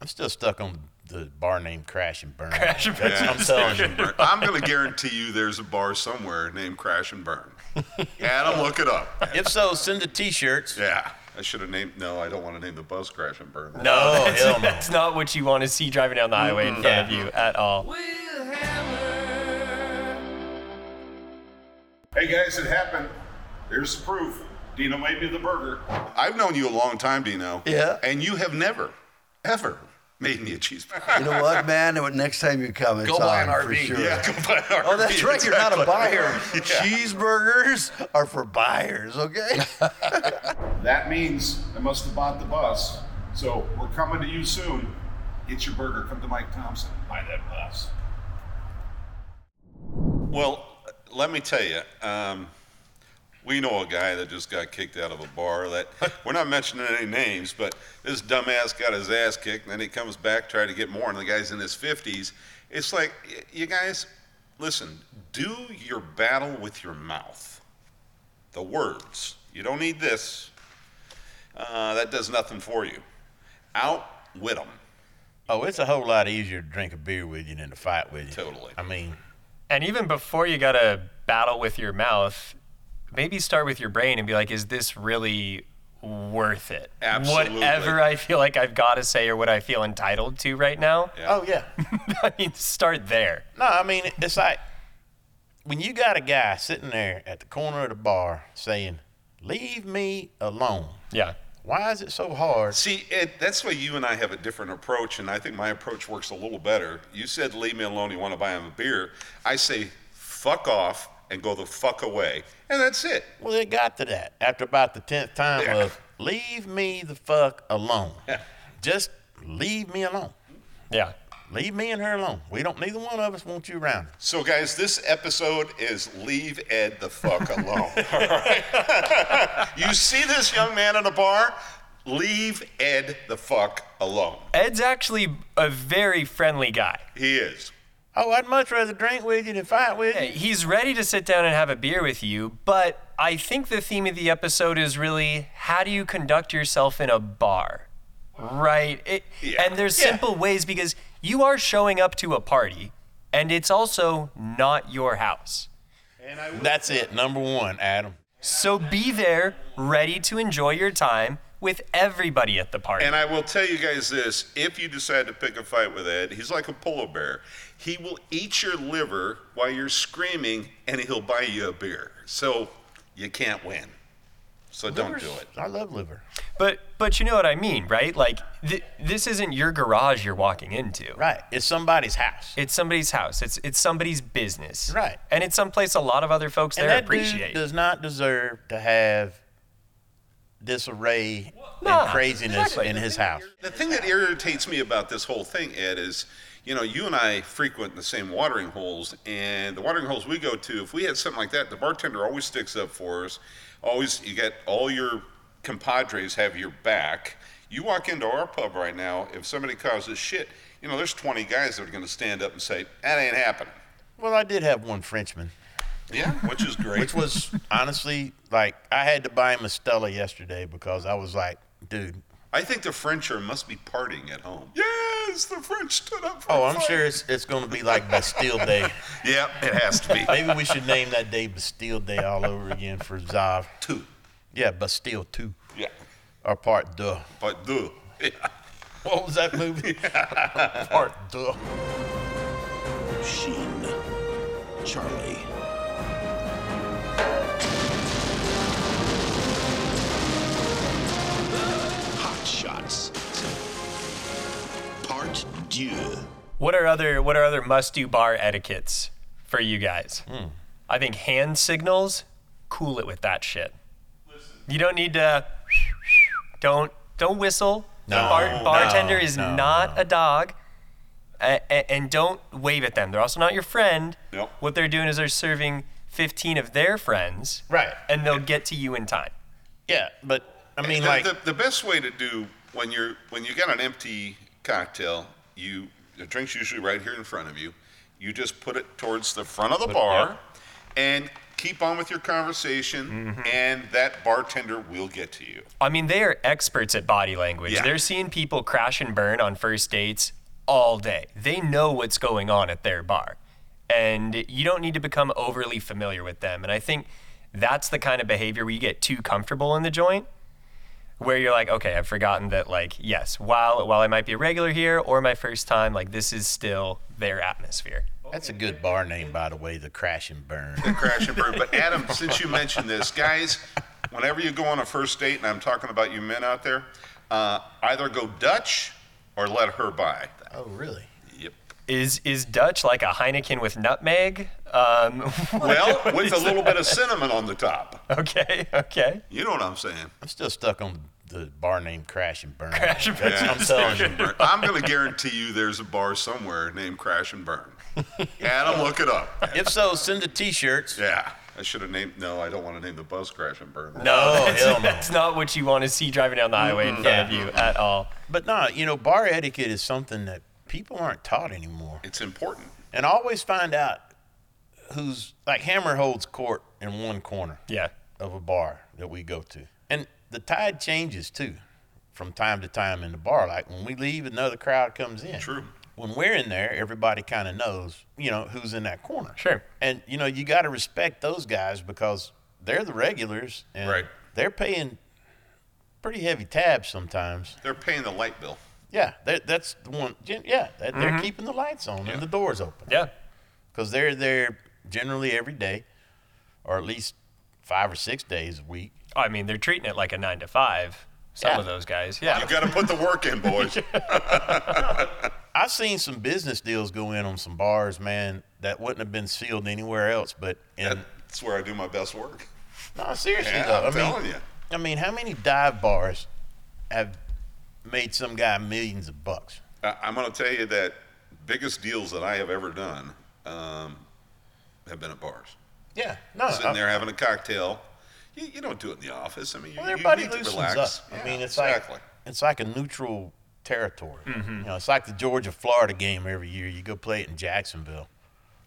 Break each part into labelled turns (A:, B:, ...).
A: I'm still stuck on the bar name Crash and Burn.
B: Crash and
A: That's
B: Burn.
A: what I'm telling you.
C: I'm going to guarantee you there's a bar somewhere named Crash and Burn. Adam, look it up.
A: If so, send the T-shirts.
C: Yeah, I should have named. No, I don't want to name the bus Crash and Burn.
A: No, Oh, hell no.
B: That's not what you want to see driving down the highway in front of you at all.
C: Hey guys, it happened. There's the proof. Dino made me the burger. I've known you a long time, Dino.
D: Yeah.
C: And you have never, ever made me a cheeseburger.
D: You know what, man? Next time you come, it's
E: Go buy an
D: on for
E: RV.
D: sure.
C: yeah, come buy our
D: Oh, that's
C: meat.
D: right. You're not a
C: Exactly.
D: buyer. Cheeseburgers are for buyers, okay?
F: That means I must have bought the bus. So we're coming to you soon. Get your burger. Come to Mike Thompson. Buy that bus.
C: Well, let me tell you, um, we know a guy that just got kicked out of a bar. That we're not mentioning any names, but this dumbass got his ass kicked, and then he comes back trying to get more, and the guy's in his fifties. It's like, y- you guys, listen, do your battle with your mouth, the words. You don't need this. Uh, that does nothing for you. Outwit them.
A: Oh, it's a whole lot easier to drink a beer with you than to fight with you.
C: Totally.
A: I mean,
B: And even before you got to battle with your mouth, maybe start with your brain and be like, is this really worth it?
C: Absolutely.
B: Whatever I feel like I've got to say or what I feel entitled to right now,
A: oh yeah.
B: I mean, start there.
A: No, I mean it's like when you got a guy sitting there at the corner of the bar saying, "Leave me alone."
B: Yeah.
A: Why is it so hard?
C: See, Ed, that's why you and I have a different approach, and I think my approach works a little better. You said, leave me alone, you want to buy him a beer. I say, fuck off and go the fuck away. And that's it.
A: Well, it got to that after about the tenth time
C: Yeah.
A: of "Leave me the fuck alone." Just leave me alone.
B: Yeah.
A: Leave me and her alone. We don't. Neither one of us want you around.
C: So, guys, this episode is Leave Ed the Fuck Alone. All right? you see this young man in a bar? Leave Ed the Fuck Alone.
B: Ed's actually a very friendly guy.
C: He is.
A: Oh, I'd much rather drink with you than fight with you.
B: He's ready to sit down and have a beer with you, but I think the theme of the episode is really how do you conduct yourself in a bar? Right? It,
C: Yeah.
B: And there's simple ways because you are showing up to a party and it's also not your house.
A: That's it. Number one, Adam.
B: So be there ready to enjoy your time with everybody at the party.
C: And I will tell you guys this if you decide to pick a fight with Ed, he's like a polar bear. He will eat your liver while you're screaming and he'll buy you a beer. So you can't win. So don't do it.
A: I love liver.
B: but but you know what I mean, right? Like th- this isn't your garage you're walking into.
A: Right. It's somebody's house.
B: It's somebody's house. It's it's somebody's business.
A: Right.
B: And it's someplace a lot of other folks
A: and
B: there
A: that
B: appreciate.
A: dude does not deserve to have disarray
B: Nah,
A: and craziness
B: exactly.
A: in his house.
C: The thing that irritates me about this whole thing, Ed, is you know, you and I frequent the same watering holes, and the watering holes we go to, if we had something like that, the bartender always sticks up for us. Always, you get all your compadres have your back. You walk into our pub right now, if somebody causes shit, you know, there's 20 guys that are going to stand up and say, that ain't happening.
A: Well, I did have one Frenchman,
C: Yeah, which is great.
A: which was honestly like I had to buy him a Stella yesterday because I was like, dude.
C: I think the French are must be partying at home. Yes, the French stood up for
A: Oh,
C: a
A: I'm
C: fight.
A: sure it's it's going to be like Bastille Day.
C: Yeah, it has to be.
A: Maybe we should name that day Bastille Day all over again for Zav.
C: Two.
A: Yeah, Bastille Two
C: Yeah.
A: or Part Deux.
C: But do. Yeah.
A: What was that movie? part Deux.
E: Sheen. Charlie. Hot Shots. Part deux.
B: What are other what are other must do bar etiquettes for you guys?
A: Hmm.
B: I think hand signals, cool it with that shit. You don't need to don't don't whistle. the
A: No,
B: bar,
A: no,
B: bartender is
A: no,
B: not a dog. A- a- and don't wave at them. They're also not your friend.
C: Nope.
B: What they're doing is they're serving 15 of their friends.
A: Right.
B: And they'll get to you in time.
A: Yeah, but I mean,
C: the,
A: like,
C: the, the best way to do when you're when you got an empty cocktail, you the drink's usually right here in front of you. You just put it towards the front of the bar, and keep on with your conversation,
A: Mm-hmm.
C: and that bartender will get to you.
B: I mean, they are experts at body language.
C: Yeah.
B: They're seeing people crash and burn on first dates all day. They know what's going on at their bar. And you don't need to become overly familiar with them. And I think that's the kind of behavior where you get too comfortable in the joint, where you're like, okay, I've forgotten that, like, yes, while, while I might be a regular here or my first time, like, this is still their atmosphere.
A: That's a good bar name, by the way, the Crash and Burn.
C: crash and burn. But Adam, since you mentioned this, guys, whenever you go on a first date, and I'm talking about you men out there, uh, either go Dutch or let her buy.
A: oh, really?
C: Yep.
B: Is, is Dutch like a Heineken with nutmeg? Um,
C: Well, with a little bit of cinnamon on the top.
B: okay, okay.
C: You know what I'm saying?
A: I'm still stuck on the bar name Crash and Burn.
B: Crash and burn.
A: I'm telling you.
C: Burn. I'm going to guarantee you there's a bar somewhere named Crash and Burn. Adam, look it up.
A: If so, send the T-shirts.
C: Yeah. I should have named. No, I don't want to name the bus Crash and Burn.
B: No,
A: Oh,
B: that's,
A: hell no.
B: that's not what you want to see driving down the highway in front of you at all.
A: But no, you know, bar etiquette is something that people aren't taught anymore.
C: It's important.
A: And always find out who's like Hammer holds court in one corner
B: Yeah.
A: of a bar that we go to. And the tide changes too from time to time in the bar. Like when we leave, another crowd comes in.
C: True.
A: When we're in there, everybody kind of knows, you know, who's in that corner.
B: Sure.
A: And you know, you got to respect those guys because they're the regulars and
C: Right.
A: they're paying pretty heavy tabs sometimes.
C: They're paying the light bill.
A: Yeah, that- that's the one. gen- Yeah, that, they're keeping the lights on and the doors open
B: Yeah.
A: because they're there generally every day, or at least five or six days a week.
B: I mean, they're treating it like a nine to five. Some
A: Yeah.
B: of those guys. Yeah.
C: You got to put the work in, boys.
A: I've seen some business deals go in on some bars, man, that wouldn't have been sealed anywhere else. But in,
C: That's where I do my best work.
A: no, seriously
C: Yeah,
A: though,
C: I'm
A: I mean,
C: telling you.
A: I mean, how many dive bars have made some guy millions of bucks?
C: I- I'm going to tell you that biggest deals that I have ever done um, have been at bars.
A: Yeah, no,
C: Sitting
A: I-
C: there having a cocktail. You, you don't do it in the office. I mean, you,
A: Well,
C: you
A: everybody
C: need to
A: loosens
C: relax.
A: up.
C: Yeah,
A: I mean, it's
C: exactly. Mm-hmm.
A: like it's like a neutral territory. You know, it's like the Georgia Florida game every year. You go play it in Jacksonville,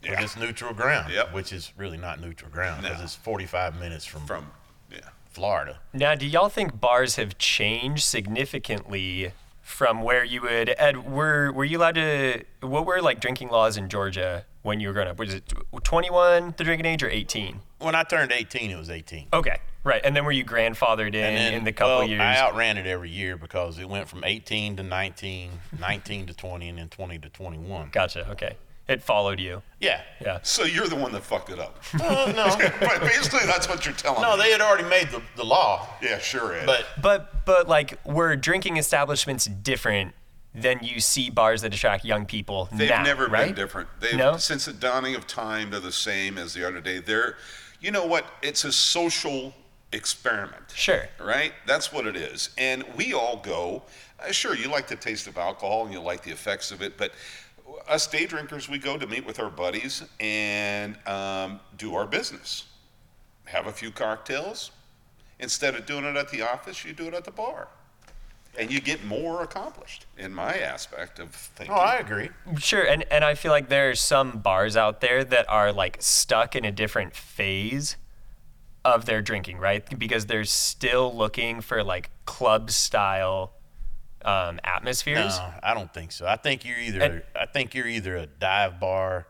A: yeah.
C: Yeah.
A: it's neutral ground,
C: Yep.
A: which is really not neutral ground because
C: No.
A: it's 45 minutes from,
C: from yeah.
A: Florida.
B: Now, do y'all think bars have changed significantly from where you would Ed? Were Were you allowed to? What were like drinking laws in Georgia when you were growing up? Was it twenty one, the drinking age, or eighteen?
A: When I turned 18, it was 18.
B: Okay. Right. And then were you grandfathered in in the couple
A: well,
B: years?
A: I outran it every year because it went from 18 to 19, 19 to 20, and then 20 to 21.
B: gotcha. Okay. It followed you.
A: Yeah.
B: Yeah.
C: So you're the one that fucked it up.
A: Uh, no,
C: but basically, that's what you're telling
A: no,
C: me.
A: they had already made the, the law,
C: yeah, sure. Ed.
A: but
B: But but like were drinking establishments different than you see bars that attract young people
C: They've
B: now,
C: never
B: right?
C: been different. They've,
B: No?
C: Since the dawning of time, they're the same as they are today. They're, you know what? It's a social experiment.
B: Sure.
C: Right? That's what it is. And we all go, uh, sure, you like the taste of alcohol and you like the effects of it, but us day drinkers, we go to meet with our buddies and um, do our business, have a few cocktails. Instead of doing it at the office, you do it at the bar. And you get more accomplished, in my aspect of thinking.
A: oh, I agree.
B: Sure, and and I feel like there are some bars out there that are like stuck in a different phase of their drinking, right? Because they're still looking for like club style um, atmospheres.
A: No, I don't think so. I think you're either
B: And-
A: I think you're either a dive bar,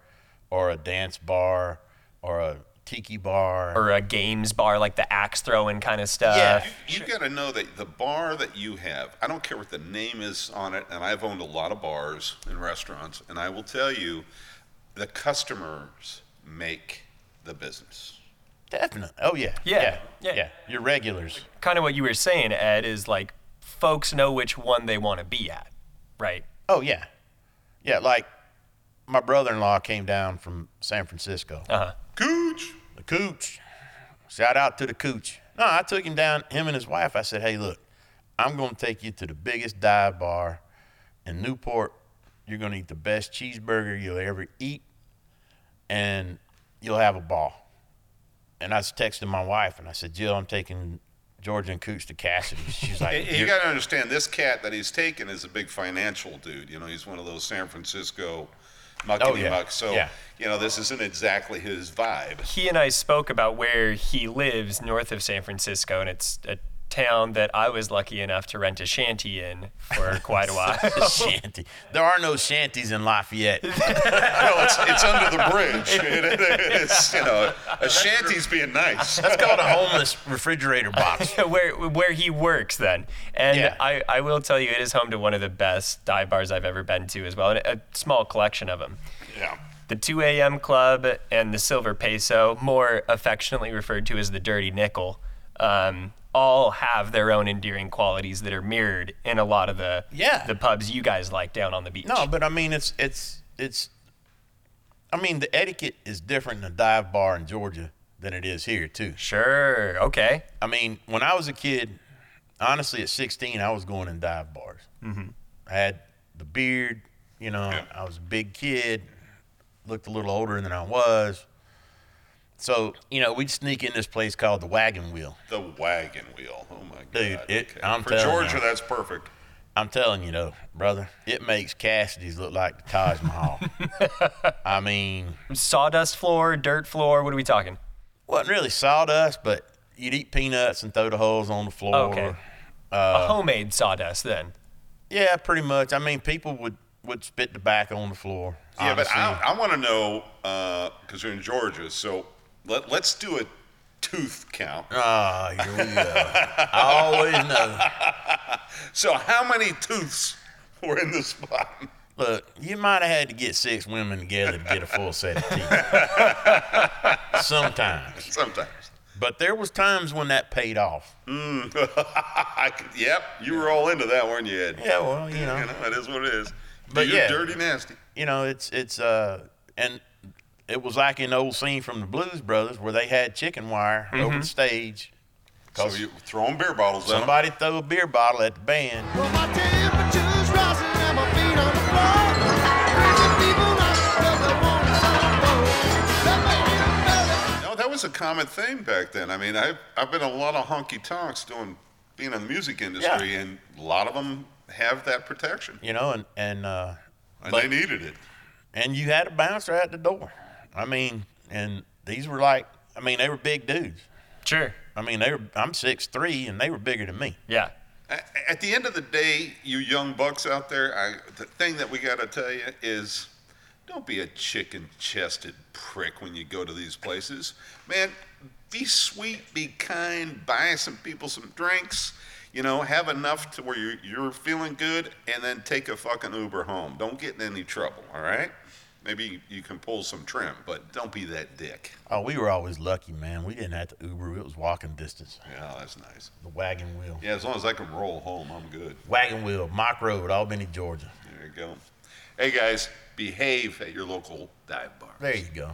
A: or a dance bar, or a tiki bar.
B: Or a games bar, like the axe throwing kind of stuff.
A: Yeah.
C: You got to know that the bar that you have, I don't care what the name is on it, and I've owned a lot of bars and restaurants, and I will tell you, the customers make the business.
A: Definitely. Oh yeah.
B: Yeah,
A: Yeah.
B: yeah.
A: Your regulars.
B: Kind of what you were saying, Ed, is like folks know which one they want to be at, right?
A: Oh yeah. Yeah. Like my brother-in-law came down from San Francisco.
C: Cooch!
A: The Cooch. Shout out to the Cooch. No, I took him down, him and his wife. I said, hey, look, I'm going to take you to the biggest dive bar in Newport. You're going to eat the best cheeseburger you'll ever eat, and you'll have a ball. And I was texting my wife, and I said, Jill, I'm taking Georgia and Cooch to Cassidy. She's like,
C: And and you
A: "You're-
C: got to understand, this cat that he's taken is a big financial dude. You know, he's one of those San Francisco muckety
A: Oh, yeah.
C: muck. So
A: Yeah.
C: you know, this isn't exactly his vibe.
B: he and I spoke about where he lives north of San Francisco, and it's a town that I was lucky enough to rent a shanty in for quite a while.
A: Shanty. There are no shanties in Lafayette.
C: No, it's it's under the bridge. It- it- it's you know, a shanty's being nice.
A: That's called a homeless refrigerator box.
B: where where he works then. And
A: Yeah.
B: I, I will tell you, it is home to one of the best dive bars I've ever been to as well, and a small collection of them.
C: Yeah.
B: The 2 a.m. Club and the Silver Peso, more affectionately referred to as the Dirty Nickel, um, all have their own endearing qualities that are mirrored in a lot of the
A: Yeah.
B: the pubs you guys like down on the beach.
A: No, but I mean it's it's it's. I mean the etiquette is different in a dive bar in Georgia than it is here too.
B: Sure. Okay.
A: I mean when I was a kid, honestly at 16 I was going in dive bars. Mm-hmm. I had the beard, you know. I was a big kid, looked a little older than I was. So you know we'd sneak in this place called the Wagon Wheel.
C: The wagon wheel. Oh my god.
A: Dude, it- I'm
C: For
A: telling
C: Georgia,
A: you.
C: that's perfect.
A: I'm telling you though, brother, it makes Cassidy's look like the Taj Mahal. I mean.
B: Sawdust floor, dirt floor. What are we talking?
A: wasn't really sawdust, but you'd eat peanuts and throw the holes on the floor.
B: Okay. a homemade sawdust then.
A: Yeah, pretty much. I mean, people would would spit tobacco on the floor.
C: Yeah, but
A: honestly.
C: I, I want to know because we are in Georgia, so let, let's do a tooth count.
A: Ah, here we go. I always know.
C: So how many tooths were in this spot?
A: Look, you might have had to get six women together to get a full set of teeth. Sometimes,
C: Sometimes.
A: but there was times when that paid off.
C: I could, yep, you were all into that, weren't you, Ed?
A: Yeah, well, you know,
C: You know, it is what it is.
A: But
C: you're
A: yeah.
C: dirty nasty.
A: you know, it's it's uh, and it was like an old scene from the Blues Brothers where they had chicken wire over the stage.
C: So you throwing beer bottles at 'em.
A: Somebody throw a beer bottle at the band.
G: Well, my temperature's rising and my feet on the floor. Crazy people rush 'cause they want to sound That made it better.
C: No, that was a common thing back then. I mean, I've, I've been a lot of honky tonks doing being in the music industry,
A: Yeah.
C: and a lot of them have that protection,
A: you know, and and uh,
C: and
A: But-
C: they needed it.
A: and you had a bouncer at the door. I mean, and these were like, I mean, they were big dudes.
B: Sure.
A: I mean, they were. I'm six three, and they were bigger than me.
B: Yeah.
C: A- At the end of the day, you young bucks out there, I, the thing that we got to tell you is don't be a chicken chested prick when you go to these places. Man, be sweet, be kind, buy some people some drinks, you know, have enough to where you're, you're feeling good, and then take a fucking Uber home. Don't get in any trouble, all right? Maybe you can pull some trim, but don't be that dick.
A: Oh, we were always lucky, man. We didn't have to Uber. It was walking distance.
C: Yeah, that's nice.
A: The wagon wheel,
C: Yeah, as long as I can roll home, I'm good.
A: wagon wheel, Mock Road, Albany, Georgia.
C: There you go. Hey guys, behave at your local dive bar.
A: There you go.